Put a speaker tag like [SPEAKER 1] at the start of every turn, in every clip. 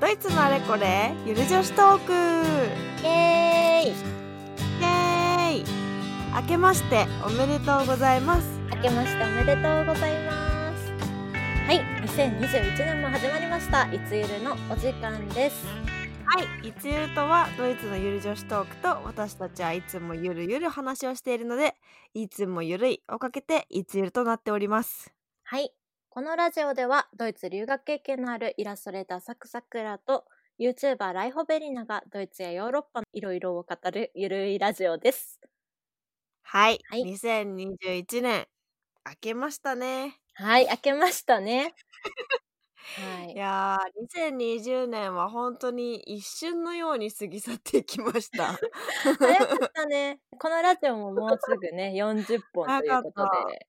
[SPEAKER 1] ドイツのあれこれゆる女子トークイ
[SPEAKER 2] イエーイ
[SPEAKER 1] エーイ明けましておめでとうございます
[SPEAKER 2] 明けましておめでとうございますはい2021年も始まりましたいつゆるのお時間です
[SPEAKER 1] はい、いつゆるとはドイツのゆる女子トークと私たちはいつもゆるゆる話をしているのでいつもゆるいをかけていつゆるとなっております
[SPEAKER 2] はいこのラジオではドイツ留学経験のあるイラストレーターサクサクラと YouTuber ライホベリナがドイツやヨーロッパのいろいろを語るゆるいラジオです
[SPEAKER 1] はい、
[SPEAKER 2] はい
[SPEAKER 1] 2021年明けましたね
[SPEAKER 2] はい明けましたねはいい
[SPEAKER 1] やー2020年は本当に一瞬のように過ぎ去っていきました
[SPEAKER 2] 早かったね。このラジオももうすぐね、40本ということで。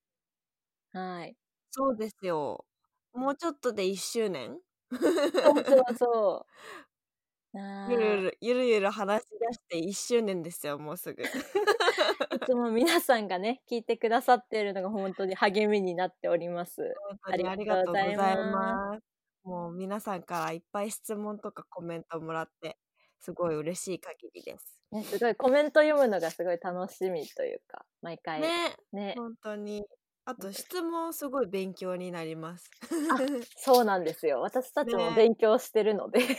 [SPEAKER 2] はい。
[SPEAKER 1] そうですよもうちょっとで1周年
[SPEAKER 2] そうそうそう。あ
[SPEAKER 1] ゆるゆ
[SPEAKER 2] ー
[SPEAKER 1] るゆるゆる話し出して1周年ですよもう すぐ
[SPEAKER 2] いつも皆さんがね、聞いてくださっているのが本当に励みになっております。
[SPEAKER 1] 本当にありがとうございます。もう皆さんからいっぱい質問とかコメントもらって、すごい嬉しい限りです。
[SPEAKER 2] ね、すごいコメント読むのがすごい楽しみというか、毎回ね。
[SPEAKER 1] ね、本当に。あと質問すごい勉強になります。
[SPEAKER 2] そうなんですよ。私たちも
[SPEAKER 1] ね
[SPEAKER 2] 勉強してるので、
[SPEAKER 1] そうそ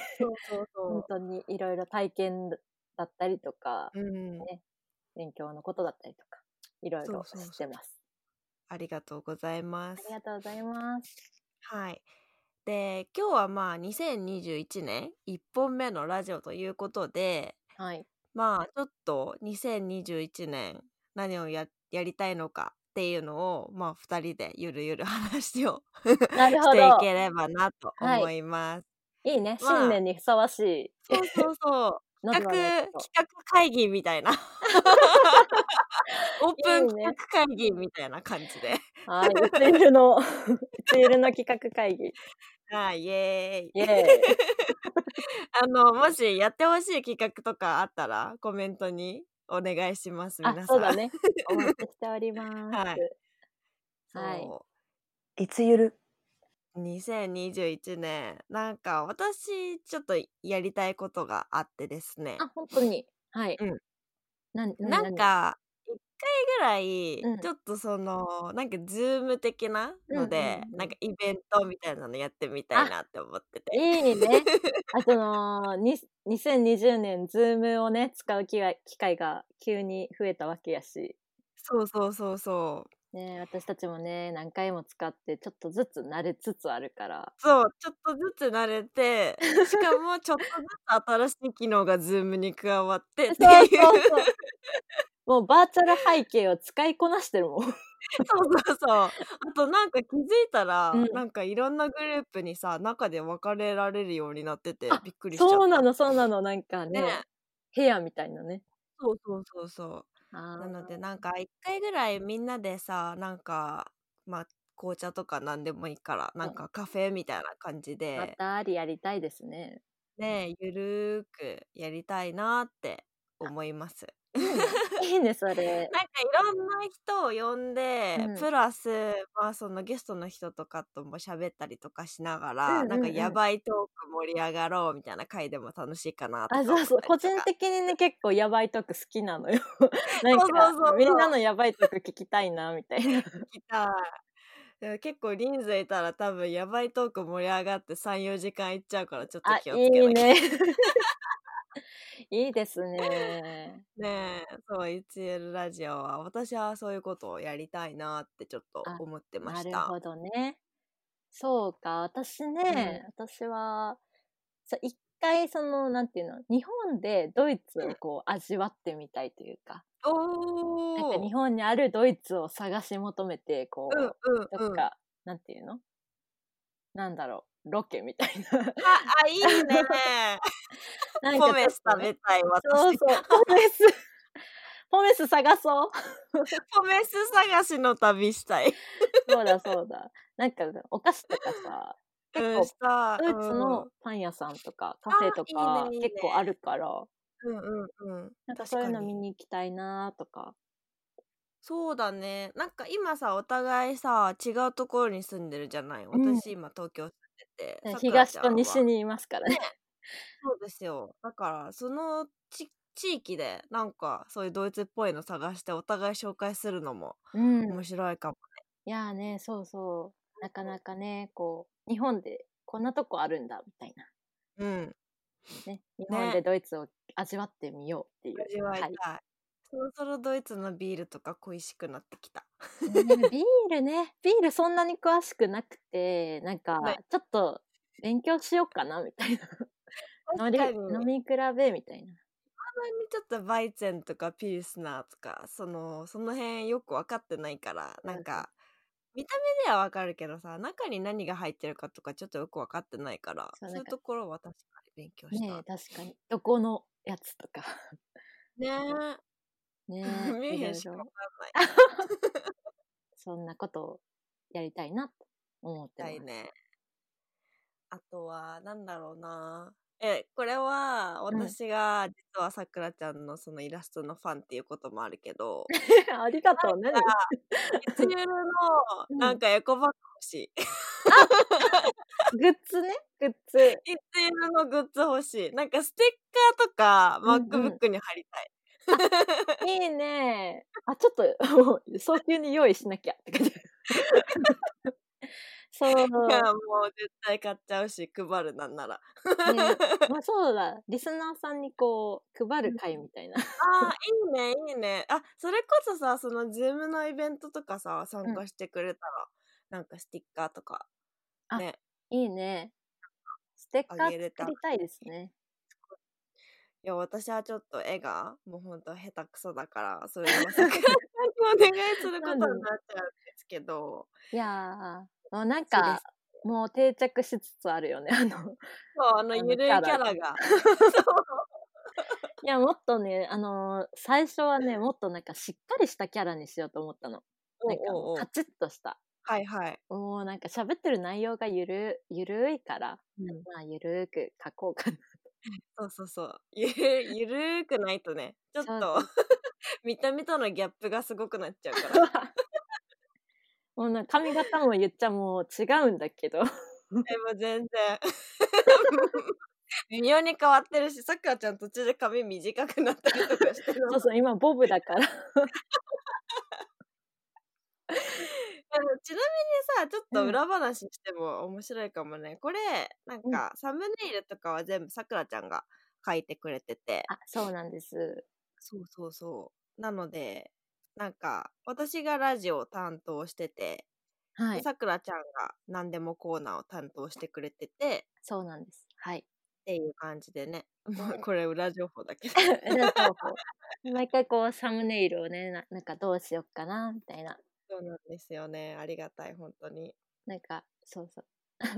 [SPEAKER 1] う
[SPEAKER 2] 本
[SPEAKER 1] そ
[SPEAKER 2] 当にいろいろ体験だったりとか、
[SPEAKER 1] う。うん、
[SPEAKER 2] 勉強のことだったりとか、いろいろ知
[SPEAKER 1] そうそうそう
[SPEAKER 2] ってます。
[SPEAKER 1] ありがとうございます。
[SPEAKER 2] ありがとうございます。
[SPEAKER 1] はい。で、今日はまあ2021年1本目のラジオということで、
[SPEAKER 2] はい。
[SPEAKER 1] まあちょっと2021年何をややりたいのかっていうのをまあ2人でゆるゆる 話を
[SPEAKER 2] なる
[SPEAKER 1] し
[SPEAKER 2] ほ
[SPEAKER 1] てい
[SPEAKER 2] ど。
[SPEAKER 1] ければなと思います。
[SPEAKER 2] いいね。
[SPEAKER 1] まあ
[SPEAKER 2] 新年にふさわしい。
[SPEAKER 1] そうそうそう 企画
[SPEAKER 2] な
[SPEAKER 1] 企
[SPEAKER 2] んだろう
[SPEAKER 1] 画会議みたいな オープン
[SPEAKER 2] いいね
[SPEAKER 1] 企画会議みたいな感じで。
[SPEAKER 2] はい。いつゆるの、いつゆるの企画会 議。
[SPEAKER 1] はい、イエーイ
[SPEAKER 2] イェーイ。
[SPEAKER 1] あのもしやってほしい企画とかあったらコメントにお願いします皆さ
[SPEAKER 2] あ、
[SPEAKER 1] ん。
[SPEAKER 2] そうだね。お待ちしております。
[SPEAKER 1] はい
[SPEAKER 2] はい
[SPEAKER 1] いつゆる2021年なんか私ちょっとやりたいことがあってですね
[SPEAKER 2] あ、本当に。はい。
[SPEAKER 1] うん
[SPEAKER 2] なな
[SPEAKER 1] なん、か一回ぐら
[SPEAKER 2] う
[SPEAKER 1] い
[SPEAKER 2] ん
[SPEAKER 1] ちょっとその、なんかズーム的なので、
[SPEAKER 2] うんうんうん
[SPEAKER 1] なんかイベントみたいなのやってみたいなって思ってて
[SPEAKER 2] 何いいね。あとのに、2020年、ズームをね、使う機会機会が急に増えたわけやし、
[SPEAKER 1] そうそうそうそう
[SPEAKER 2] ね、私たちもね、何回も使って、ちょっとずつ慣れつつある から、
[SPEAKER 1] そうちょっとずつ慣れてしかもちょっとずつ新しい機能がズームに加わってって
[SPEAKER 2] そ
[SPEAKER 1] い
[SPEAKER 2] う
[SPEAKER 1] う
[SPEAKER 2] そうそう。 もうバーチャル背景を使いこなしてるもん。
[SPEAKER 1] そうそう そう。あとなんか気づいたら、
[SPEAKER 2] うん
[SPEAKER 1] なんかいろんなグループにさ中で分かれられるようになってて
[SPEAKER 2] あ
[SPEAKER 1] びっくりしちゃった。
[SPEAKER 2] そうなの、そうなの、なんかね、
[SPEAKER 1] ね。
[SPEAKER 2] 部屋みたいなね。
[SPEAKER 1] そうそうそうそう。
[SPEAKER 2] な
[SPEAKER 1] なのでなんか一回ぐらいみんなでさなんかまあ紅茶とか何でもいいからなんかカフェみたいな感じ
[SPEAKER 2] ま
[SPEAKER 1] で
[SPEAKER 2] たありやりたいです ね。
[SPEAKER 1] ねゆるーくやりたいなって思います。
[SPEAKER 2] いいね、それ。
[SPEAKER 1] なんかいろんな人を呼んで、
[SPEAKER 2] うん
[SPEAKER 1] プラス、まあ、そのゲストの人とかとも喋ったりとかしながら、
[SPEAKER 2] うんうんうん
[SPEAKER 1] なんかやばいトーク盛り上がろうみたいな回でも楽しいかなとか
[SPEAKER 2] あ、
[SPEAKER 1] 思っ
[SPEAKER 2] そう
[SPEAKER 1] たりとか
[SPEAKER 2] そう。個人的にね、結構やばいトーク好きな のよ。なんか
[SPEAKER 1] そうそうそう
[SPEAKER 2] みんなのやばいトーク聞きたいな、みたいな。
[SPEAKER 1] 来たでも結構人数いたら多分やばいトーク盛り上がって34時間いっちゃうからちょっと
[SPEAKER 2] あ、
[SPEAKER 1] 気
[SPEAKER 2] い
[SPEAKER 1] をつけ
[SPEAKER 2] い
[SPEAKER 1] なきゃ
[SPEAKER 2] ね。 いいですね。
[SPEAKER 1] ねえそう 1L ラジオは私はそういうことをやりたいなってちょっと
[SPEAKER 2] あ
[SPEAKER 1] 思ってま
[SPEAKER 2] な
[SPEAKER 1] し
[SPEAKER 2] る
[SPEAKER 1] た。
[SPEAKER 2] ほどね。そうか、私ね、私は、そう一回その、なんていうの、日本でドイツをこう味わってみたいというか、
[SPEAKER 1] お
[SPEAKER 2] なんか
[SPEAKER 1] ー
[SPEAKER 2] 日本にあるドイツを探し求めて、こう、
[SPEAKER 1] うんうんう
[SPEAKER 2] どっ
[SPEAKER 1] ん。あ
[SPEAKER 2] か、なんていうのなんだろう、ロケみたい な。
[SPEAKER 1] あいいね
[SPEAKER 2] なんか
[SPEAKER 1] ポメス
[SPEAKER 2] ちょっ
[SPEAKER 1] 食
[SPEAKER 2] とね
[SPEAKER 1] べたい私
[SPEAKER 2] そう そう、ポメス、 ポメス探そう。
[SPEAKER 1] ポメス探しの旅したい。
[SPEAKER 2] そうだそうだ。なんかお菓子とかさ、結構
[SPEAKER 1] うん、した
[SPEAKER 2] ドイツ
[SPEAKER 1] う
[SPEAKER 2] の
[SPEAKER 1] ん
[SPEAKER 2] パン屋さんとかカフェと
[SPEAKER 1] あ
[SPEAKER 2] か
[SPEAKER 1] いいねいいね
[SPEAKER 2] 結構あるから
[SPEAKER 1] うんうんうん。
[SPEAKER 2] なんかそういう
[SPEAKER 1] 確か
[SPEAKER 2] の
[SPEAKER 1] に
[SPEAKER 2] 見に行きたいなとか
[SPEAKER 1] そうだね。なんか今さ、お互いさ、違うところに住んでるじゃない。
[SPEAKER 2] ん
[SPEAKER 1] 私今東京住んでて。さくらちゃんは
[SPEAKER 2] 東と西にいますからね
[SPEAKER 1] そうですよ。だからそのち地域でなんかそういうドイツっぽいの探してお互い紹介するのも
[SPEAKER 2] うん。
[SPEAKER 1] 面白いかも。
[SPEAKER 2] いやーね、そうそう。なか
[SPEAKER 1] うん
[SPEAKER 2] なかね、こう、日本でこんなとこあるんだ、みたいな。
[SPEAKER 1] うん。
[SPEAKER 2] ね、日本で
[SPEAKER 1] ね。
[SPEAKER 2] ドイツを味わってみようっていう。
[SPEAKER 1] 味わい
[SPEAKER 2] はい。
[SPEAKER 1] たい。そろそろドイツのビールとか恋しくなってきた。
[SPEAKER 2] ね、ビールね、ビールそんなに詳しくなくて、なん
[SPEAKER 1] ね。
[SPEAKER 2] か、ちょっと勉強しようかな、みたいな。
[SPEAKER 1] 確
[SPEAKER 2] 飲り、
[SPEAKER 1] か
[SPEAKER 2] 飲
[SPEAKER 1] に。
[SPEAKER 2] み比べ、みたいな。
[SPEAKER 1] たまにちょっとバイツェンとかピルスナーとかそのその辺よく分かってないから
[SPEAKER 2] う
[SPEAKER 1] なんん
[SPEAKER 2] うん。
[SPEAKER 1] か見た目では分かるけどさ中に何が入ってるかとかちょっとよく分かってないからそ
[SPEAKER 2] そう、な
[SPEAKER 1] うんいう
[SPEAKER 2] か、
[SPEAKER 1] ところは確かに勉強し
[SPEAKER 2] ねえ、
[SPEAKER 1] た
[SPEAKER 2] 確かに。どこのやつとか。
[SPEAKER 1] い。ねえ。
[SPEAKER 2] ね
[SPEAKER 1] ミュ
[SPEAKER 2] え、
[SPEAKER 1] ン
[SPEAKER 2] い
[SPEAKER 1] ヘン
[SPEAKER 2] ろい
[SPEAKER 1] しか分
[SPEAKER 2] ろ。
[SPEAKER 1] かんない。
[SPEAKER 2] そんなことをやりたいな、と思って
[SPEAKER 1] たい
[SPEAKER 2] ます。
[SPEAKER 1] ね。あとは、なんだろうな。え、これは、
[SPEAKER 2] うん。
[SPEAKER 1] 私が、実はさくらちゃんのそのイラストのファンっていうこともあるけ ど、
[SPEAKER 2] ありが
[SPEAKER 1] なん
[SPEAKER 2] とう。
[SPEAKER 1] か、
[SPEAKER 2] 何
[SPEAKER 1] いつゆるの、
[SPEAKER 2] う
[SPEAKER 1] なん
[SPEAKER 2] ん。
[SPEAKER 1] かエコバッグ欲しい。
[SPEAKER 2] あグッズね、グッズ。
[SPEAKER 1] いつゆるのグッズ欲しい。なんかステッカーとか、
[SPEAKER 2] うんうん。
[SPEAKER 1] MacBook に貼りたい。
[SPEAKER 2] あ、いいね。あ、ちょっと、もう早急に用意しなきゃって 感じ。そ。
[SPEAKER 1] いうや、もう絶対買っちゃうし、配るなんなら。
[SPEAKER 2] ね、 まあそうだ。リスナーさんにこう、配
[SPEAKER 1] う
[SPEAKER 2] る
[SPEAKER 1] ん
[SPEAKER 2] 会みたいな。
[SPEAKER 1] ああ、いいね、いいね。あ、それこそさ、その、ズームのイベントとかさ、
[SPEAKER 2] う
[SPEAKER 1] 参
[SPEAKER 2] ん。
[SPEAKER 1] 加してくれたら、なんかステッカーとか、
[SPEAKER 2] あ、
[SPEAKER 1] ね、
[SPEAKER 2] いいね。ステッ
[SPEAKER 1] あ
[SPEAKER 2] カー
[SPEAKER 1] げれ
[SPEAKER 2] 作
[SPEAKER 1] たら。
[SPEAKER 2] りたいですね。
[SPEAKER 1] いや、私はちょっと絵が、もうほんと下手くそだから、それは さくらさんにお願いするこ
[SPEAKER 2] な
[SPEAKER 1] と
[SPEAKER 2] ん
[SPEAKER 1] に
[SPEAKER 2] でも。
[SPEAKER 1] なっちゃうんですけど、
[SPEAKER 2] いやー、もう
[SPEAKER 1] そ
[SPEAKER 2] なん
[SPEAKER 1] うで
[SPEAKER 2] か、
[SPEAKER 1] す。
[SPEAKER 2] もう定着しつつあるよね。あ の、
[SPEAKER 1] そう、あの、
[SPEAKER 2] あ
[SPEAKER 1] ゆ
[SPEAKER 2] の
[SPEAKER 1] る
[SPEAKER 2] キャ
[SPEAKER 1] いキャ
[SPEAKER 2] ラが。
[SPEAKER 1] ラが。そう。
[SPEAKER 2] いや、もっとね、あのー最初はね、もっとなんかしっかりしたキャラにしようと思ったの。
[SPEAKER 1] お
[SPEAKER 2] なんかもう
[SPEAKER 1] うおうお
[SPEAKER 2] カ
[SPEAKER 1] う。
[SPEAKER 2] チッとした。
[SPEAKER 1] はいはい。
[SPEAKER 2] もうなんか喋ってる内容がゆる、ゆるいから、
[SPEAKER 1] うん。
[SPEAKER 2] まあゆるーく書こ うかな。
[SPEAKER 1] そうそうそう。ゆ る、ゆるーくないとね、ちょっ
[SPEAKER 2] そう
[SPEAKER 1] と
[SPEAKER 2] そう。
[SPEAKER 1] 見た目とのギャップがすごくなっちゃうから。
[SPEAKER 2] もうな髪型も言っちゃもう違うんだけど。
[SPEAKER 1] でも全然。 微妙に変わってるし、さくらちゃん途中で髪短くなったりとかしてる
[SPEAKER 2] そう
[SPEAKER 1] の。
[SPEAKER 2] そう、今ボブだから。
[SPEAKER 1] あのちなみにさ、ちょっ
[SPEAKER 2] う
[SPEAKER 1] と
[SPEAKER 2] ん。
[SPEAKER 1] 裏話しても面白いかもね。これ、なん
[SPEAKER 2] うん。
[SPEAKER 1] かサムネイルとかは全部さくらちゃんが書いてくれてて。
[SPEAKER 2] あ、そうなんです。
[SPEAKER 1] そうそうそう。なので、なんか私がラジオを担当してて、
[SPEAKER 2] は
[SPEAKER 1] で、
[SPEAKER 2] い。
[SPEAKER 1] さくらちゃんが何でもコーナーを担当してくれてて、
[SPEAKER 2] そうなんです。はい。
[SPEAKER 1] っていう感じでね。
[SPEAKER 2] う
[SPEAKER 1] まあ
[SPEAKER 2] ん。
[SPEAKER 1] これ裏情報だ けど。
[SPEAKER 2] 裏情報。毎回こうサムネイルをね、ななんかどうしよっかな、みたいな。
[SPEAKER 1] そうなんですよね。ありがたい、本当に。
[SPEAKER 2] なんか、そう そう。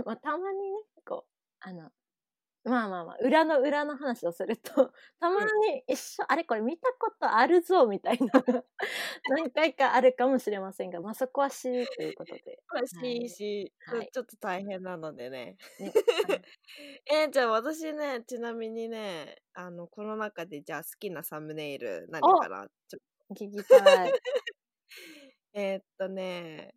[SPEAKER 2] まあ、たまにね、こう、あの、まあまあまあ、裏の裏の話をすると、 たま
[SPEAKER 1] うん。
[SPEAKER 2] に一緒、あれこれ見たことあるぞ、みたいな、 何回かあるかもしれませんが、まあそこはしーということで。
[SPEAKER 1] ら
[SPEAKER 2] は
[SPEAKER 1] しい
[SPEAKER 2] い。
[SPEAKER 1] し、ち
[SPEAKER 2] は
[SPEAKER 1] ょ
[SPEAKER 2] い。
[SPEAKER 1] ちょっと大変なのでね。
[SPEAKER 2] ね。はい。
[SPEAKER 1] えー、じゃあ私ね、ちなみにね、あの、この中でじゃあ好きなサムネイル何
[SPEAKER 2] お
[SPEAKER 1] かなちょ
[SPEAKER 2] 聞きたい。
[SPEAKER 1] えーっとね、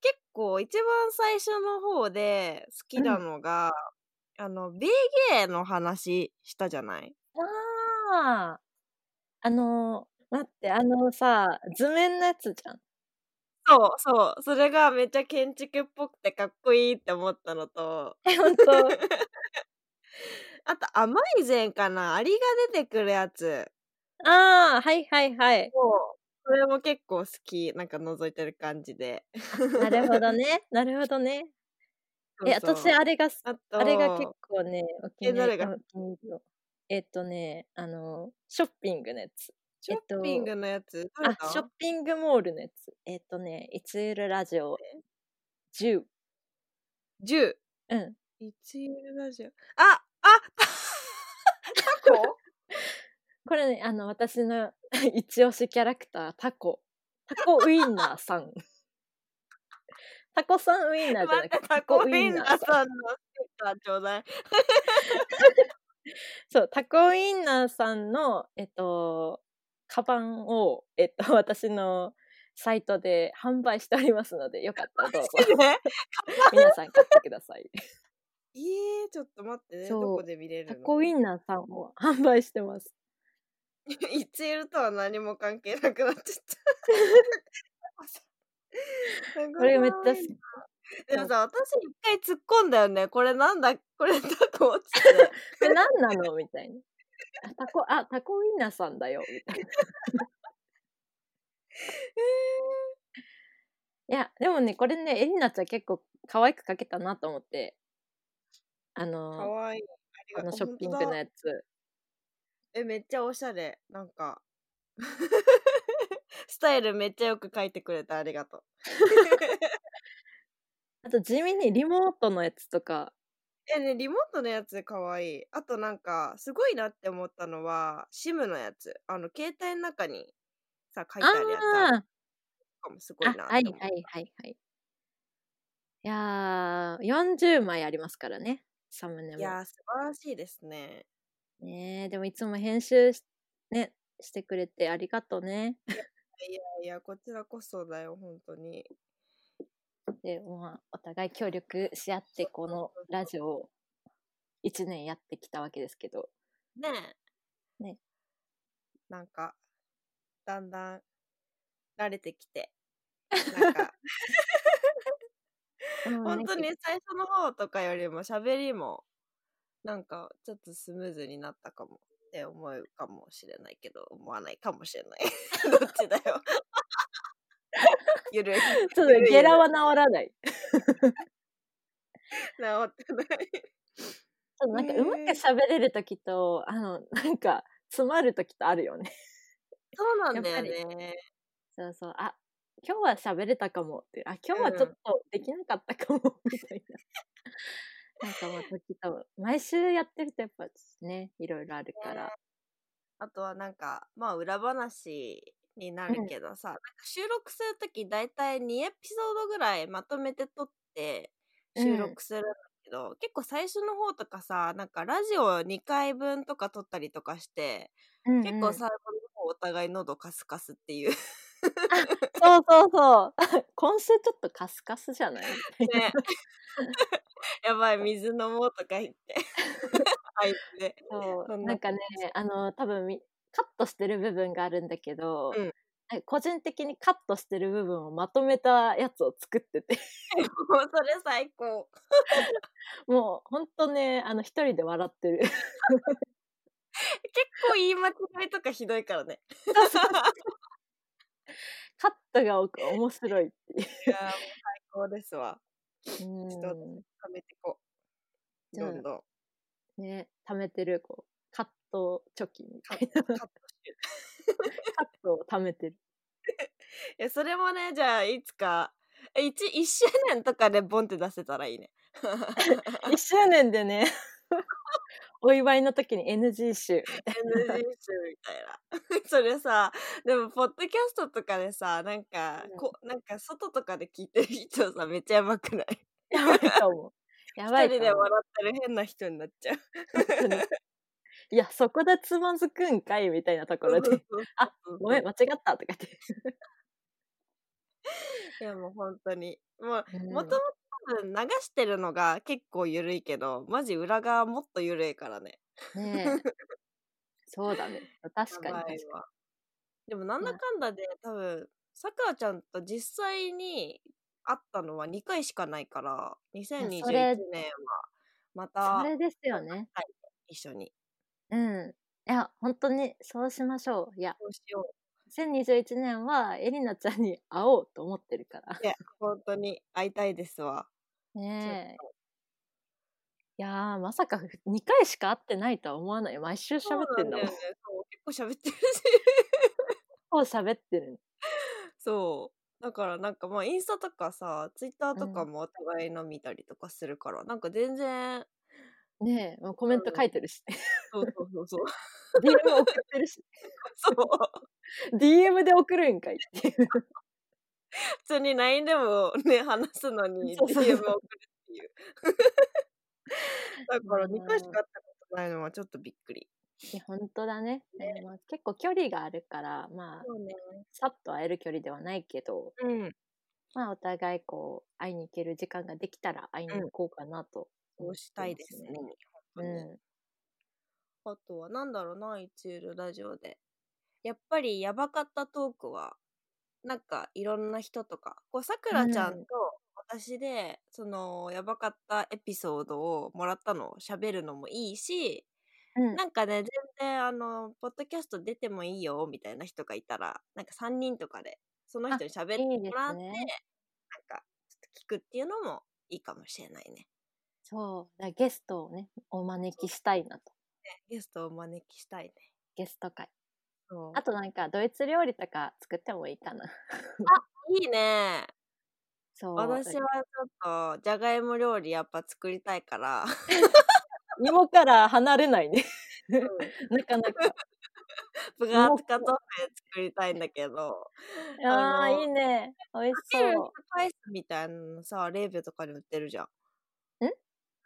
[SPEAKER 1] 結構一番最初の方で好
[SPEAKER 2] う。
[SPEAKER 1] きなんのが、あの、ベーゲーの話したじゃない
[SPEAKER 2] ああ。あのー、待って、あのさ、図面のやつじゃん。
[SPEAKER 1] そうそう。それがめっちゃ建築っぽくてかっこいいって思ったのと、
[SPEAKER 2] え、ほんと。
[SPEAKER 1] あと、甘い膳かなアリが出てくるやつ。
[SPEAKER 2] ああ、はいはいはい。
[SPEAKER 1] そう。それも結構好き。なんか覗いてる感じで。
[SPEAKER 2] あ、なるほどね。なるほどね。
[SPEAKER 1] そう
[SPEAKER 2] え、
[SPEAKER 1] そ
[SPEAKER 2] 私、
[SPEAKER 1] う。
[SPEAKER 2] あれがす、
[SPEAKER 1] あ
[SPEAKER 2] あれが結
[SPEAKER 1] と、
[SPEAKER 2] 構ね、お気
[SPEAKER 1] え、
[SPEAKER 2] に入
[SPEAKER 1] 誰
[SPEAKER 2] り、
[SPEAKER 1] が
[SPEAKER 2] あお気に入りのえっとね、あの、ショッピングのやつ。
[SPEAKER 1] ショ
[SPEAKER 2] え
[SPEAKER 1] ッ
[SPEAKER 2] っ
[SPEAKER 1] ピン
[SPEAKER 2] と、
[SPEAKER 1] グのやつ食べ
[SPEAKER 2] あ、ショッ
[SPEAKER 1] た
[SPEAKER 2] ピングモールのやつ。えっとね、いつゆるラジオ
[SPEAKER 1] え
[SPEAKER 2] 10。
[SPEAKER 1] ?10。
[SPEAKER 2] うん。
[SPEAKER 1] いつゆるラジオ。ああタ コ
[SPEAKER 2] これね、あの、私の 一押しキャラクター、タコ。タコウインナーさん。 タコさんウインナーじゃ
[SPEAKER 1] ま
[SPEAKER 2] なく
[SPEAKER 1] た
[SPEAKER 2] て、タ
[SPEAKER 1] タ
[SPEAKER 2] コ
[SPEAKER 1] コウ
[SPEAKER 2] ウイ
[SPEAKER 1] ィ
[SPEAKER 2] ン
[SPEAKER 1] ン
[SPEAKER 2] ナー
[SPEAKER 1] ナー
[SPEAKER 2] さ
[SPEAKER 1] さ
[SPEAKER 2] ん。
[SPEAKER 1] んのステッカーちょうだい。
[SPEAKER 2] そう、タコウインナーさんの、えっと、カバンを、えっと、 私のサイトで販売しておりますので、よかったらどうぞ。
[SPEAKER 1] マジで
[SPEAKER 2] 皆さん買ってください。
[SPEAKER 1] えー、ちょっと待ってね。
[SPEAKER 2] そう
[SPEAKER 1] どこで見れる
[SPEAKER 2] タ
[SPEAKER 1] の
[SPEAKER 2] コウインナーさんを販売してます。
[SPEAKER 1] イチエルとは何も関係なく なっちゃった。
[SPEAKER 2] これめっちゃ好き。
[SPEAKER 1] でもさ、私一回突っ込んだよね。これなんだこれだと思って て。
[SPEAKER 2] これ何なのみ たいな。あタコ、あ、タコウインナーさんだよ。みたいな。 いや、でもね、これね、エリナちゃん結構可愛く描けたなと思って。あ
[SPEAKER 1] か
[SPEAKER 2] の、
[SPEAKER 1] わいい。ありが
[SPEAKER 2] あ
[SPEAKER 1] と
[SPEAKER 2] の
[SPEAKER 1] う
[SPEAKER 2] ショッピング
[SPEAKER 1] 本当
[SPEAKER 2] の
[SPEAKER 1] だ
[SPEAKER 2] やつ。
[SPEAKER 1] え、めっちゃおしゃれ。なんか。 スタイルめっちゃよく書いてくれた。ありがとう。
[SPEAKER 2] あと地味にリモートのやつとか。
[SPEAKER 1] えね、リモートのやつかわいい。あとなんか、すごいなって思ったのは、シムのやつ。あの、携帯の中にさ、書いてあるやつある
[SPEAKER 2] あ
[SPEAKER 1] かもすごい
[SPEAKER 2] ー
[SPEAKER 1] な
[SPEAKER 2] あ
[SPEAKER 1] って思う。
[SPEAKER 2] はいはいはいはい。いやー、40枚ありますからね。サムネ
[SPEAKER 1] い
[SPEAKER 2] も。
[SPEAKER 1] やー、素晴らしいですね。
[SPEAKER 2] ねえでもいつも編集し,、ね、してくれてありがとうね。
[SPEAKER 1] いや、こちらこそだよ、本当に。
[SPEAKER 2] で、まあ、お互い協力し合って、このラジオを1年やってきたわけですけど。
[SPEAKER 1] ねえ。
[SPEAKER 2] ね
[SPEAKER 1] なんか、だんだん、慣れてき て。なんか、本当に最初の方とかよりも喋りも、なんか、ちょっとスムーズになったかも。って思うかもしれないけど、思わないかもしれない。 どっちだよ。ゆるい。
[SPEAKER 2] ちょっとゲラは治らない。ち
[SPEAKER 1] 治ってない。
[SPEAKER 2] ょっとなんかうまく喋れる時と、あの、 なんか詰まる時とあるよね。
[SPEAKER 1] そうなんだ
[SPEAKER 2] やっぱり
[SPEAKER 1] よね。
[SPEAKER 2] そうそう。あ、今日は喋れたかもって。あ、今日はちょっとできなかったかも、みたいな。 なんかまあ時と、毎週やってるとやっぱね、いろいろあるから。
[SPEAKER 1] あとはなんかまあ裏話になるけどさ、なんか収録するとき大体2エピソードぐらいまとめて撮って収録するんだけど、結構最初の方とかさなんかラジオ2回分とか撮ったりとかして、結構最後の方お互い喉カスカスっていう ね
[SPEAKER 2] そうそうそう。 今週ちょっとカスカスじゃないみたいな
[SPEAKER 1] やばい水飲もうとか言って あいつ で
[SPEAKER 2] そう
[SPEAKER 1] そんな
[SPEAKER 2] なんかね、あの、多分みカットしてる部分があるんだけど、
[SPEAKER 1] うん
[SPEAKER 2] なんか個人的にカットしてる部分をまとめたやつを作って て、
[SPEAKER 1] もうそれ最高
[SPEAKER 2] もうほんとね、あの、一人で笑ってる。
[SPEAKER 1] 結構言い間違いとかひどいからね
[SPEAKER 2] カットがお面白いっていう。
[SPEAKER 1] いやーもう最高ですわ
[SPEAKER 2] うん
[SPEAKER 1] 貯めてこう。
[SPEAKER 2] じゃあ
[SPEAKER 1] どんどん。
[SPEAKER 2] ね、貯めてる、こう、カット貯金みた
[SPEAKER 1] カ
[SPEAKER 2] い
[SPEAKER 1] ッ
[SPEAKER 2] な。
[SPEAKER 1] トカットしてる。
[SPEAKER 2] カットを貯めてる。
[SPEAKER 1] いや、それもね、じゃあ、いつか、え一一周年とかでボンって出せたらいい ね。
[SPEAKER 2] 1周年でね、 お祝いの時に NG 集
[SPEAKER 1] NG 集 みたいな。 それさ、でも、ポッドキャストとかでさ、なんか、
[SPEAKER 2] うん
[SPEAKER 1] こなんか外とかで聞いてる人さ、めっちゃやばくない
[SPEAKER 2] やばいと思う。やば
[SPEAKER 1] 一
[SPEAKER 2] いと
[SPEAKER 1] 人で
[SPEAKER 2] 思う。
[SPEAKER 1] 笑ってる変な人になっちゃう。
[SPEAKER 2] 本当にいや、そこでつまずくんかいみたいなと ころで、あごめん、
[SPEAKER 1] い
[SPEAKER 2] 間違ったとか言って。
[SPEAKER 1] や、もう本当に。もう、
[SPEAKER 2] うん
[SPEAKER 1] もともと多分流してるのが結構ゆるいけど、マジ裏側もっとゆるいからね。
[SPEAKER 2] ねえそうだね。確か
[SPEAKER 1] や
[SPEAKER 2] に確
[SPEAKER 1] ば
[SPEAKER 2] か
[SPEAKER 1] い
[SPEAKER 2] に。
[SPEAKER 1] わでもなんだ
[SPEAKER 2] まあ
[SPEAKER 1] かんだで多分さくらちゃんと実際に会ったのは2回しかないから2021
[SPEAKER 2] いやそれ
[SPEAKER 1] 年はま
[SPEAKER 2] そ
[SPEAKER 1] た
[SPEAKER 2] れですよね。
[SPEAKER 1] 一緒に
[SPEAKER 2] うん。いや、本当にそうしましょう。いや、
[SPEAKER 1] そうしよう
[SPEAKER 2] 2021年はエリナちゃんに会おうと思ってる から。
[SPEAKER 1] いや本当に会いたいですわ
[SPEAKER 2] ねえ。いやー、まさか2回しか会ってないとは思わない。毎週
[SPEAKER 1] そう
[SPEAKER 2] 喋って
[SPEAKER 1] なんん
[SPEAKER 2] だ
[SPEAKER 1] だよ
[SPEAKER 2] もん。
[SPEAKER 1] ねそう結構喋ってるし
[SPEAKER 2] 結構喋ってる。
[SPEAKER 1] そうだからなんかまあインスタとかさツイッターとか
[SPEAKER 2] う
[SPEAKER 1] もお互いの見たりとかするから、なんか全然
[SPEAKER 2] ねえ、もうコメント書いてるし、
[SPEAKER 1] そうそうそうそう
[SPEAKER 2] DM 送ってるし、
[SPEAKER 1] そう
[SPEAKER 2] DM で送るんかいって いう。
[SPEAKER 1] 普通に LINE でもね話すのに DM
[SPEAKER 2] そ
[SPEAKER 1] を送
[SPEAKER 2] うそう
[SPEAKER 1] る
[SPEAKER 2] そう
[SPEAKER 1] っていう だから
[SPEAKER 2] うん
[SPEAKER 1] 2回しか会ったことないのはちょっとびっくり
[SPEAKER 2] いや本当だね。でもまあ、結構距離があるから、まあ、
[SPEAKER 1] うね
[SPEAKER 2] さっと会える距離ではないけど、
[SPEAKER 1] うん
[SPEAKER 2] まあ、お互いこう、会いに行ける時間ができたら会いに行こうかなと
[SPEAKER 1] こうしたいですね。本当
[SPEAKER 2] そう
[SPEAKER 1] に
[SPEAKER 2] う
[SPEAKER 1] あとは、なんだろうな、いつゆるラジオで。やっぱり、やばかったトークは、なんか、いろんな人とか、こう、さくらちゃんと私で、その、やばかったエピソードをもらったのを喋るのもいいし、
[SPEAKER 2] ん。うん。
[SPEAKER 1] なんかね、全然、あの、ポッドキャスト出てもいいよ、みたいな人がいたら、なんか3人とかで、その人に喋って
[SPEAKER 2] いい
[SPEAKER 1] も
[SPEAKER 2] で
[SPEAKER 1] らっ
[SPEAKER 2] す
[SPEAKER 1] て、
[SPEAKER 2] ね。
[SPEAKER 1] なんか、ちょっと聞くっていうのもいいかもしれないね。
[SPEAKER 2] そう。だからゲストをね、お招きしたいなと。
[SPEAKER 1] ゲストをお招きしたいね。
[SPEAKER 2] ゲスト会。
[SPEAKER 1] そう
[SPEAKER 2] あとなんか、ドイツ料理とか作ってもいいかな。
[SPEAKER 1] いいね。
[SPEAKER 2] そう。
[SPEAKER 1] 私はちょっと、じゃがいも料理やっぱ作りたいから。
[SPEAKER 2] 芋から離れないね。 なかなか。
[SPEAKER 1] ブガーツカトーフェ作りたいんだけど。
[SPEAKER 2] ああ、
[SPEAKER 1] あの
[SPEAKER 2] いいね。美味し
[SPEAKER 1] かける
[SPEAKER 2] そう。
[SPEAKER 1] スパイスみたいなのさ、レーベとかに売ってるじゃん。
[SPEAKER 2] ん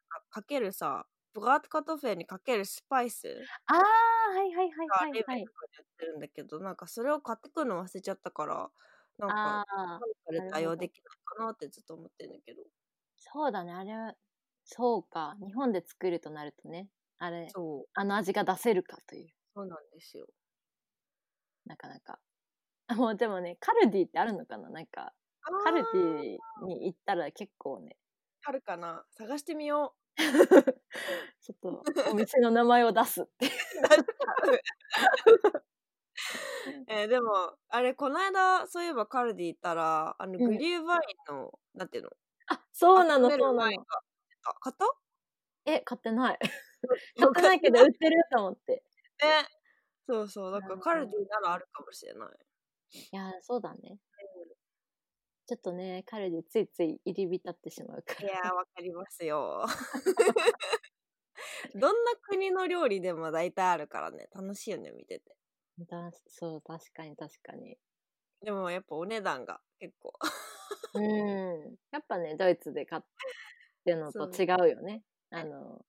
[SPEAKER 1] かかけるさ、ブガーツカトーフェにかけるスパイス
[SPEAKER 2] ああ、はいはい
[SPEAKER 1] が
[SPEAKER 2] はい
[SPEAKER 1] レー
[SPEAKER 2] は
[SPEAKER 1] ベ
[SPEAKER 2] い
[SPEAKER 1] とか
[SPEAKER 2] は
[SPEAKER 1] に
[SPEAKER 2] い
[SPEAKER 1] 売。ってるんだけど、なんかそれを買ってくるの忘れちゃったから、なん
[SPEAKER 2] あ
[SPEAKER 1] か、
[SPEAKER 2] あ、
[SPEAKER 1] 何かで
[SPEAKER 2] な
[SPEAKER 1] 対
[SPEAKER 2] るほ
[SPEAKER 1] 応
[SPEAKER 2] ど
[SPEAKER 1] できないかなってずっと思ってるんだけど。
[SPEAKER 2] そうだね。あれは、そうか。日本で作るとなるとね、あれ、
[SPEAKER 1] そう、
[SPEAKER 2] あの味が出せるかという、
[SPEAKER 1] そうなんですよ。
[SPEAKER 2] なかなか。 あもうでもね、カルディってあるのかななんか、カルデ
[SPEAKER 1] ィ
[SPEAKER 2] ィに行ったら結構ね、
[SPEAKER 1] あるかな探してみよう。
[SPEAKER 2] ちょっとお店の名前を出すって。
[SPEAKER 1] えーでもあれこの間そういえばカルディ行ったらあの
[SPEAKER 2] うん
[SPEAKER 1] グリューバインの、なんていうの
[SPEAKER 2] あ、そうなの、
[SPEAKER 1] 集める
[SPEAKER 2] そうな
[SPEAKER 1] ワ
[SPEAKER 2] の
[SPEAKER 1] イン。があ買った
[SPEAKER 2] え、買ってない。 買ってないけど売ってると思って。
[SPEAKER 1] ねそうそうだから
[SPEAKER 2] なるほど
[SPEAKER 1] カルディならあるかもしれない
[SPEAKER 2] いやー、そうだね。ちょっとね、カルディついつい入り浸ってしまうか
[SPEAKER 1] い
[SPEAKER 2] ら。
[SPEAKER 1] やーわかります よどんな国の料理でも大体あるからね楽しいよね見てて
[SPEAKER 2] だそう、確かに確かに。
[SPEAKER 1] でもやっぱお値段が結構
[SPEAKER 2] うん。やっぱね、ドイツで買ってのと違うよね。あの、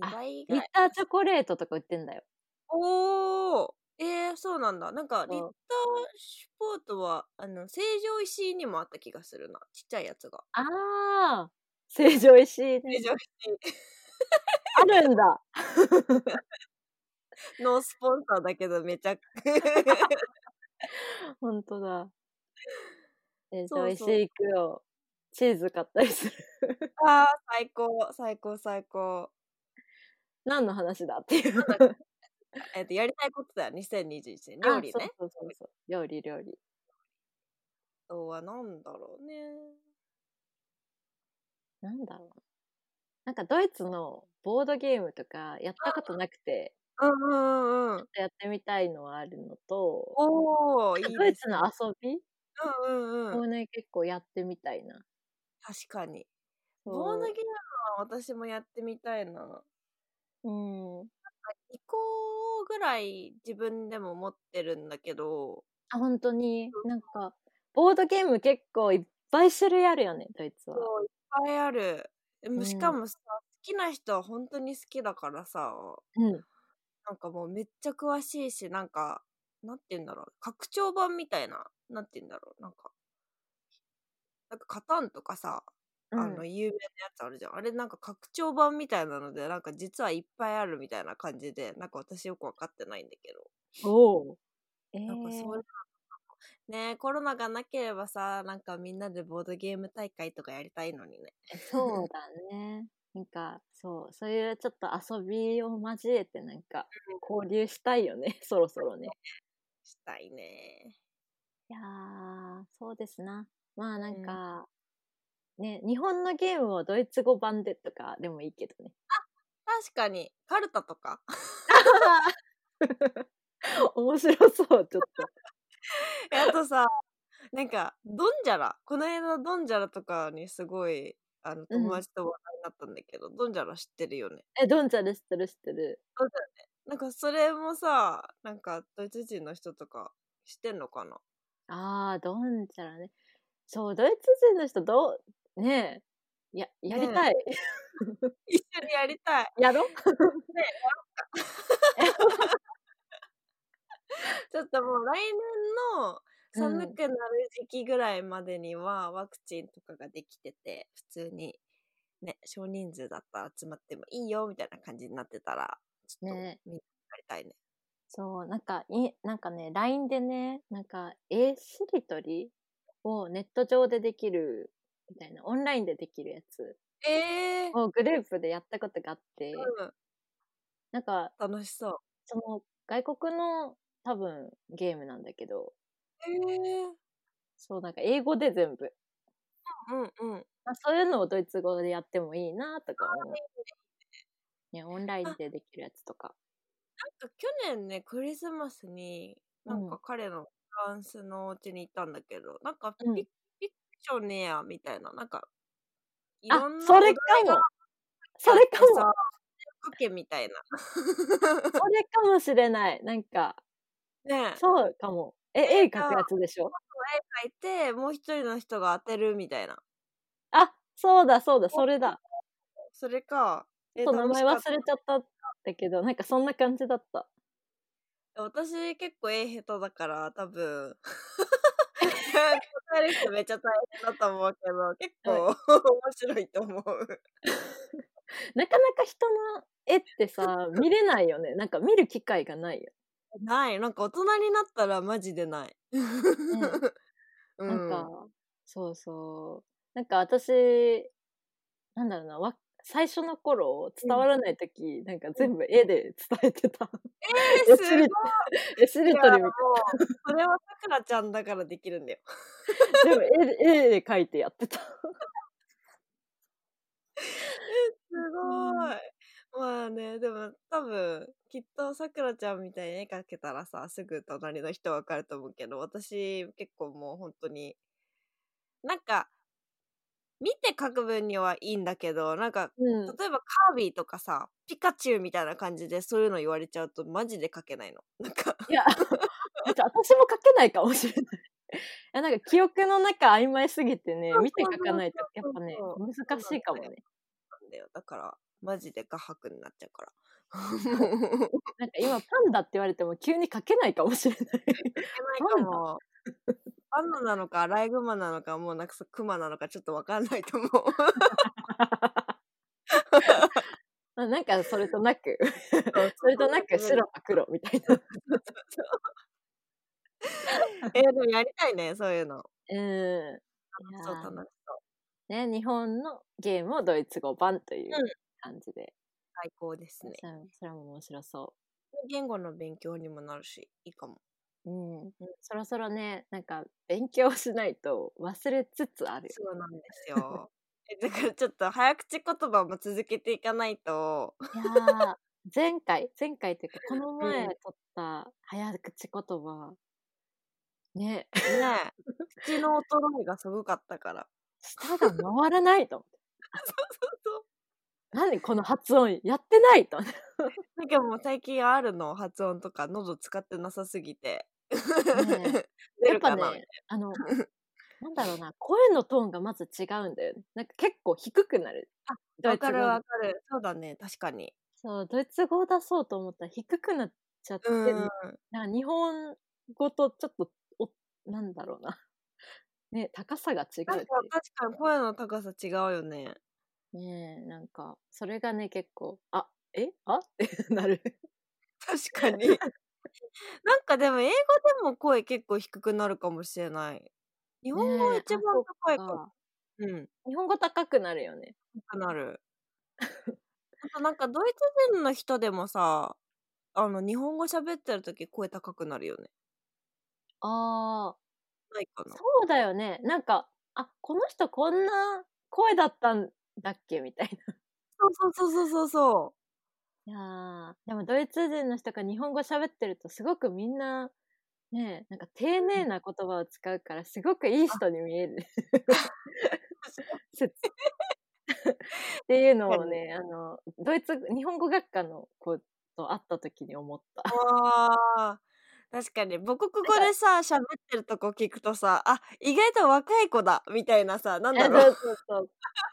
[SPEAKER 2] あ
[SPEAKER 1] 2倍ぐ
[SPEAKER 2] リッ
[SPEAKER 1] らい
[SPEAKER 2] ターチョコレートとか売ってんだよ。
[SPEAKER 1] おおえー、そうなんだなんかリッタ
[SPEAKER 2] そ
[SPEAKER 1] ー
[SPEAKER 2] う
[SPEAKER 1] シュポートはあの成城石井にもあった気がするなちっちゃいやつが
[SPEAKER 2] ああ成城石井ね、
[SPEAKER 1] 成城石井
[SPEAKER 2] あるん だ
[SPEAKER 1] ノースポンサーだけどめちゃく
[SPEAKER 2] ほんとだ。成
[SPEAKER 1] そ
[SPEAKER 2] 城
[SPEAKER 1] う
[SPEAKER 2] 石
[SPEAKER 1] そう
[SPEAKER 2] 井行くよ。チーズ買ったりする。
[SPEAKER 1] あー最高最高最高
[SPEAKER 2] 何の話だっていう。
[SPEAKER 1] えっ、とやりたいことだよ2021年料理ね
[SPEAKER 2] あそうそうそうそう。料理料理。
[SPEAKER 1] あとはなんだろうね
[SPEAKER 2] なんだろう。なんかドイツのボードゲームとかやったことなくて、
[SPEAKER 1] うんうんうん
[SPEAKER 2] やってみたいのはあるのと、
[SPEAKER 1] おおいい
[SPEAKER 2] ドイ
[SPEAKER 1] です
[SPEAKER 2] ツの遊び
[SPEAKER 1] うんうんう
[SPEAKER 2] も
[SPEAKER 1] ん
[SPEAKER 2] うね、結構やってみたいな。
[SPEAKER 1] 確かに
[SPEAKER 2] そう
[SPEAKER 1] ボードゲームは私もやってみたいな
[SPEAKER 2] うん。
[SPEAKER 1] 2個ぐらい自分でも持ってるんだけど
[SPEAKER 2] あ、本当に、なんか、ボードゲーム結構いっぱい種類あるよね、ドイツは。
[SPEAKER 1] そういっぱいあるでも
[SPEAKER 2] うん
[SPEAKER 1] しかもさ、好きな人は本当に好きだからさ
[SPEAKER 2] うん。
[SPEAKER 1] なんかもうめっちゃ詳しいし、なんか、なんて言うんだろう。拡張版みたいな、なんて言うんだろう。なんか、なんかカタンとかさ、
[SPEAKER 2] うん
[SPEAKER 1] あの、有名なやつあるじゃん。あれなんか拡張版みたいなので、なんか実はいっぱいあるみたいな感じで、なんか私よくわかってないんだけど。
[SPEAKER 2] おお。えー、
[SPEAKER 1] なんかそういうのとかもねえコロナがなければさ、なんかみんなでボードゲーム大会とかやりたいのにね。
[SPEAKER 2] そうだね。なんか、そう、そういうちょっと遊びを交えて、なんか、交流したいよね、 そろそろね。
[SPEAKER 1] したいね。
[SPEAKER 2] いやー、そうですな。まあなんか、ね、日本のゲームをドイツ語版でとかでもいいけどね。
[SPEAKER 1] 確かに、カルタとか。
[SPEAKER 2] 面白そう、ちょっと。
[SPEAKER 1] えあとさなんかドンジャラこの間ドンジャラとかにすごいあの友達と話題になったんだけど、ドンジャラ知ってるよね
[SPEAKER 2] え、ドンジャル知ってる知ってる。
[SPEAKER 1] なんかそれもさなんかドイツ人の人とか知ってんのかな
[SPEAKER 2] あー、ドンジャラね。そう、ドイツ人の人どう、ねえ、や、やりたい。
[SPEAKER 1] 一緒にやりたい
[SPEAKER 2] やろ
[SPEAKER 1] ちょっともう来年の
[SPEAKER 2] うん
[SPEAKER 1] 寒くなる時期ぐらいまでにはワクチンとかができてて普通にね、少人数だったら集まってもいいよみたいな感じになってたら、ちょっと
[SPEAKER 2] ね
[SPEAKER 1] 見に行りたいね。
[SPEAKER 2] そう、なんか、い、なんかね、LINE でね、なんか、絵しりとりをネット上でできる、みたいな、オンラインでできるやつ
[SPEAKER 1] ええ
[SPEAKER 2] をグループでやったことがあって、
[SPEAKER 1] うん、
[SPEAKER 2] なんか、
[SPEAKER 1] 楽しそう。
[SPEAKER 2] その、外国の多分ゲームなんだけど、
[SPEAKER 1] ええ
[SPEAKER 2] そう、なんか英語で全部。
[SPEAKER 1] うんうん。
[SPEAKER 2] まあ、そういうのをドイツ語でやってもいいなとか思う。ね、オンラインでできるやつとか。
[SPEAKER 1] なんか去年ね、クリスマスに、なん
[SPEAKER 2] うん
[SPEAKER 1] か彼のフランスのお家に行ったんだけど、なんかピ,、
[SPEAKER 2] うん
[SPEAKER 1] ピクショネアみたいな、なんか、い
[SPEAKER 2] あ
[SPEAKER 1] ろん、な
[SPEAKER 2] それ
[SPEAKER 1] お
[SPEAKER 2] か
[SPEAKER 1] 題が
[SPEAKER 2] もそれかも
[SPEAKER 1] あってさかけみたいな。
[SPEAKER 2] それかもしれない。なんか、
[SPEAKER 1] ねえ
[SPEAKER 2] そうかも。え、絵描くやつでしょ
[SPEAKER 1] 書いて、もう一人の人が当てるみたいな。
[SPEAKER 2] あ、そうだそうだ、それだ。
[SPEAKER 1] それか。え
[SPEAKER 2] そう、名前忘れ
[SPEAKER 1] 楽しかっ
[SPEAKER 2] ちゃったんだけど、なんかそんな感じだった。
[SPEAKER 1] た私結構絵下手だから、多 分。答える人めっちゃ大変だと思うけど、結構 面白いと思う。
[SPEAKER 2] なかなか人の絵っ てさ、見れないよね。なんか見る機会がないよ。
[SPEAKER 1] ない。なんか大人になったらマジでない。う
[SPEAKER 2] なんか、そうそう。なんか私、なんだろうな、わ最初の頃、伝わらない時なんか全部絵で伝えてた。
[SPEAKER 1] え
[SPEAKER 2] 絵
[SPEAKER 1] ー
[SPEAKER 2] し
[SPEAKER 1] すごい
[SPEAKER 2] り 絵しりとりみ
[SPEAKER 1] もうそれはさくらちゃんだからできるんだよ。
[SPEAKER 2] たいな。全部絵で絵で描いてやってた。
[SPEAKER 1] すごい。まあね、でも多分、きっとさくらちゃんみたいに絵描けたらさ、すぐ隣の人わかると思うけど、私結構もう本当に、なんか、見て書く分にはいいんだけど、なんか、
[SPEAKER 2] う
[SPEAKER 1] 例え
[SPEAKER 2] ん。
[SPEAKER 1] ばカービィとかさ、ピカチュウみたいな感じでそういうの言われちゃうとマジで書けないの。なんか、
[SPEAKER 2] いや、あと私も描けないかもしれない。いやなんか記憶の中曖昧すぎてね
[SPEAKER 1] そう、
[SPEAKER 2] 見て描かないと、や
[SPEAKER 1] そ
[SPEAKER 2] っ
[SPEAKER 1] う
[SPEAKER 2] ぱ
[SPEAKER 1] そう
[SPEAKER 2] ね
[SPEAKER 1] そう、
[SPEAKER 2] 難しいかもね。
[SPEAKER 1] なんだよ。だから、マジで画伯になっちゃうから。
[SPEAKER 2] なんか今、パンダって言われても急に描けないかもしれない。
[SPEAKER 1] いけないかも。パンダなのか、アライグマなのか、もうなんかそうクマなのか、ちょっとわかんないと思う。
[SPEAKER 2] まあなんかそれとなく、それと なく白と黒みたいな。
[SPEAKER 1] えー、でもやりたいね、そういうの。
[SPEAKER 2] うん。いや
[SPEAKER 1] そう、
[SPEAKER 2] ー
[SPEAKER 1] 楽しそう。
[SPEAKER 2] ね、日本のゲームをドイツ語版という
[SPEAKER 1] うん
[SPEAKER 2] 感じで、
[SPEAKER 1] 最高ですね。
[SPEAKER 2] そうそれも面白そ
[SPEAKER 1] 言語の勉強にもなるし、いいかも。
[SPEAKER 2] う、うん、そろそろねなんか勉強しないと忘れつつあるよ
[SPEAKER 1] そうなんですよ。 えだからちょっと早口言葉も続けていかないと、
[SPEAKER 2] いやー前回前回というかこの前
[SPEAKER 1] うん
[SPEAKER 2] 撮った早口言葉ね
[SPEAKER 1] ねえ、口の衰えがすごかったから。
[SPEAKER 2] 舌が回らないと思って
[SPEAKER 1] そう
[SPEAKER 2] 何この発音やってないと思って
[SPEAKER 1] なんかもう最近 R の発音とか喉使ってなさすぎて。
[SPEAKER 2] ね
[SPEAKER 1] 出
[SPEAKER 2] やっ
[SPEAKER 1] る
[SPEAKER 2] ぱ
[SPEAKER 1] かな
[SPEAKER 2] ね あのなんだろうな声のトーンがまず違うんだよねなんか結構低くなる
[SPEAKER 1] あ
[SPEAKER 2] ドイ
[SPEAKER 1] わ
[SPEAKER 2] ツ語
[SPEAKER 1] かるわかる。そうだね、確かに。
[SPEAKER 2] そう、ドイツ語を出そうと思ったら低くなっちゃって、
[SPEAKER 1] うん。
[SPEAKER 2] なんか日本語とちょっとお、なんだろうな。ね、高さが違う
[SPEAKER 1] な
[SPEAKER 2] っ
[SPEAKER 1] ん
[SPEAKER 2] てい
[SPEAKER 1] か確かに声の高さ違うよね。
[SPEAKER 2] う。ねえなんか、それがね、結構、あ、えあ ってなる。
[SPEAKER 1] 確かに。 なんかでも英語でも声結構低くなるかもしれない。日本語は
[SPEAKER 2] ねえ
[SPEAKER 1] 一番
[SPEAKER 2] あそう
[SPEAKER 1] 高いかも。
[SPEAKER 2] か
[SPEAKER 1] うん。
[SPEAKER 2] 日本語高くなるよね。
[SPEAKER 1] 高くな る。あとなんかドイツ人の人でもさ、あの日本語喋ってる時声高くなるよね。
[SPEAKER 2] ああ、
[SPEAKER 1] ないかな。
[SPEAKER 2] そうだよね。なんか、あ、この人こんな声だったんだっけみたいな。
[SPEAKER 1] そうそうそうそうそう。
[SPEAKER 2] いやーでもドイツ人の人が日本語喋ってるとすごくみんな、ねえ、なんか丁寧な言葉を使うからすごくいい人に見える。 説 っていうのをね、あの、ドイツ、日本語学科の子と会った時に思った。
[SPEAKER 1] わあ確かに母国語でさ喋ってるとこ聞くとさあ意外と若い子だみたいなさなんだろ
[SPEAKER 2] そううそうそう。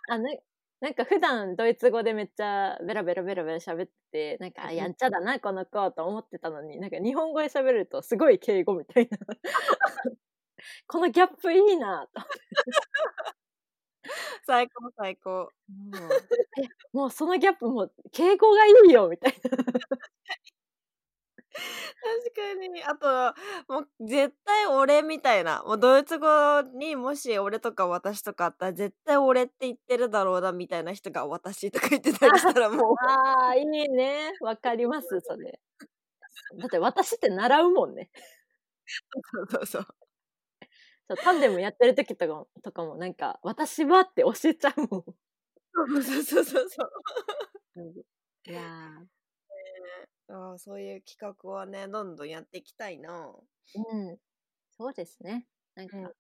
[SPEAKER 2] あななんか普段ドイツ語でめっちゃベラベラベラベラ喋ってて、なんかあ
[SPEAKER 1] うん
[SPEAKER 2] やんちゃだな、この子と思ってたのに、なんか日本語で喋るとすごい敬語みたいな。 このギャップいいなと。
[SPEAKER 1] 最高最高。
[SPEAKER 2] もう えもうそのギャップもう敬語がいいよみたいな
[SPEAKER 1] 確かに。あと、もう絶対俺みたいな。もうドイツ語にもし俺とか私とかあったら絶対俺って言ってるだろうなみたいな人が私とか言ってたりしたら もう。
[SPEAKER 2] ああいいねわかりますそれだって私って習うもんね
[SPEAKER 1] そうそう。
[SPEAKER 2] そうタンデムやってる時とかもとかもなんか私はって教えちゃうも
[SPEAKER 1] そうそうそうそうそう。
[SPEAKER 2] んいや
[SPEAKER 1] あーそういう企画はね、どんどんやっていきたいな。
[SPEAKER 2] ーうんそうですねなんか、
[SPEAKER 1] うん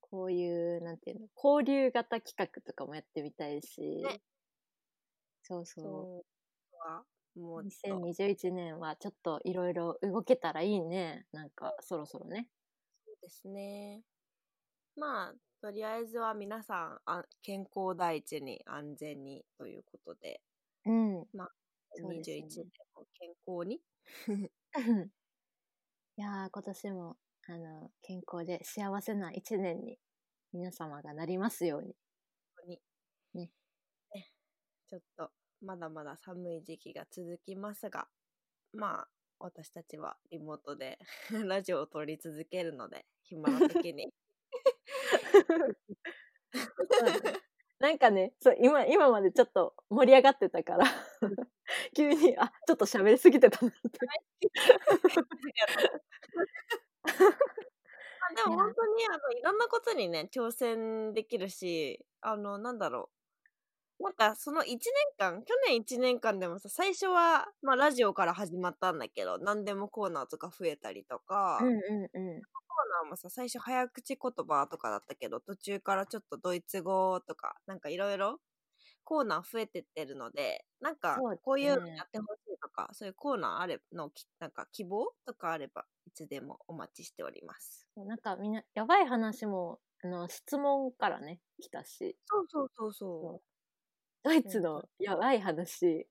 [SPEAKER 2] こういうなんていうの交流型企画とかもやってみたいし、
[SPEAKER 1] ね
[SPEAKER 2] そうそう
[SPEAKER 1] そうは、もうちょっと
[SPEAKER 2] 2021年はちょっといろいろ動けたらいいねなんかそろそろね
[SPEAKER 1] そうですね。まあ、とりあえずは皆さん、あ健康第一に安全にということで、
[SPEAKER 2] うんそう
[SPEAKER 1] 21
[SPEAKER 2] ですね
[SPEAKER 1] 年も健康に
[SPEAKER 2] うん いやー今年もあの健康で幸せな一年に皆様がなりますように。
[SPEAKER 1] に、
[SPEAKER 2] ね
[SPEAKER 1] ねちょっとまだまだ寒い時期が続きますがまあ私たちはリモートで ラジオを撮り続けるので暇な時に
[SPEAKER 2] なんかねそう今今までちょっと盛り上がってたから 急にあちょっと喋りすぎてたなって
[SPEAKER 1] まあでも本当にあのいろんなことにね挑戦できるしあのなんだろうなんかその1年間去年1年間でもさ最初は、まあ、ラジオから始まったんだけど何でもコーナーとか増えたりとか、
[SPEAKER 2] うんうんうん
[SPEAKER 1] コーナーもさ最初早口言葉とかだったけど途中からちょっとドイツ語とかなんかいろいろコーナー増えてってるのでなんか
[SPEAKER 2] そうですね
[SPEAKER 1] こういうのやってほしいとかそういうコーナーあれのきなんか希望とかあればいつでもお待ちしております
[SPEAKER 2] そうなんかみんなやばい話もあの質問からね来たし
[SPEAKER 1] そうそうそうそ
[SPEAKER 2] ドイツのやばい話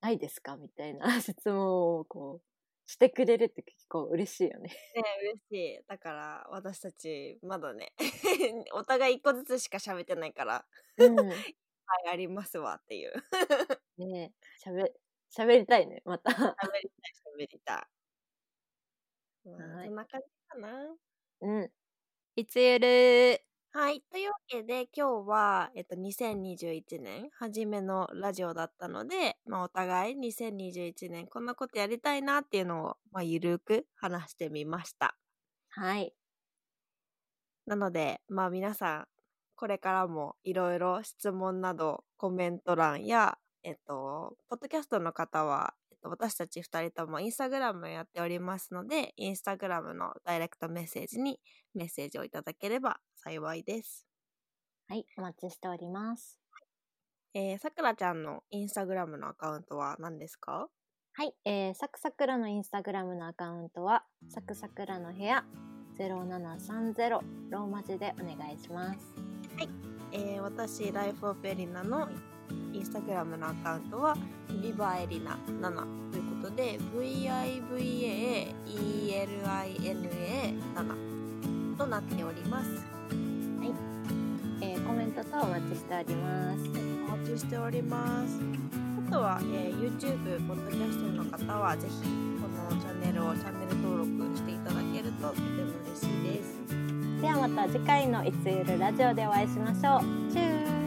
[SPEAKER 2] ないですかみたいな 質問をこうしてくれるって結構嬉しいよ
[SPEAKER 1] う
[SPEAKER 2] ね。
[SPEAKER 1] ね嬉しいだから私たちまだね お互い一個ずつしか喋ってないからはいありますわっていう
[SPEAKER 2] ねえ喋喋りたいねまた。
[SPEAKER 1] 喋りたい喋りたい、 まあ、
[SPEAKER 2] はい
[SPEAKER 1] そんな感じかな
[SPEAKER 2] うん。いつゆる
[SPEAKER 1] はい。というわけで、今日は、えっと、2021年初めのラジオだったので、まあ、お互い2021年こんなことやりたいなっていうのを、まあ、ゆるく話してみました。
[SPEAKER 2] はい。
[SPEAKER 1] なので、まあ、皆さん、これからもいろいろ質問など、コメント欄や、えっと、ポッドキャストの方は、えっと、私たち2人ともインスタグラムやっておりますので、インスタグラムのダイレクトメッセージにメッセージをいただければ幸いです。
[SPEAKER 2] はい。お待ちしております。
[SPEAKER 1] えー、さくらちゃんのインスタグラムのアカウントは何ですか
[SPEAKER 2] はい。えー、サクサクラのインスタグラムのアカウントは、サクサクラの部屋0730ローマ字でお願いします。
[SPEAKER 1] えー、私、ライフオブエリナのインスタグラムのアカウントは、ビバエリナ7ということで、VIVAELINA7 となっております。
[SPEAKER 2] えー、コメントとお待ちしております。
[SPEAKER 1] お待ちしております。あとは、えー YouTube、ポッドキャストの方は、ぜひ、このチャンネルをチャンネル登録していただけると、とても嬉しいです。
[SPEAKER 2] ではまた次回のいつゆるラジオでお会いしましょう。チュー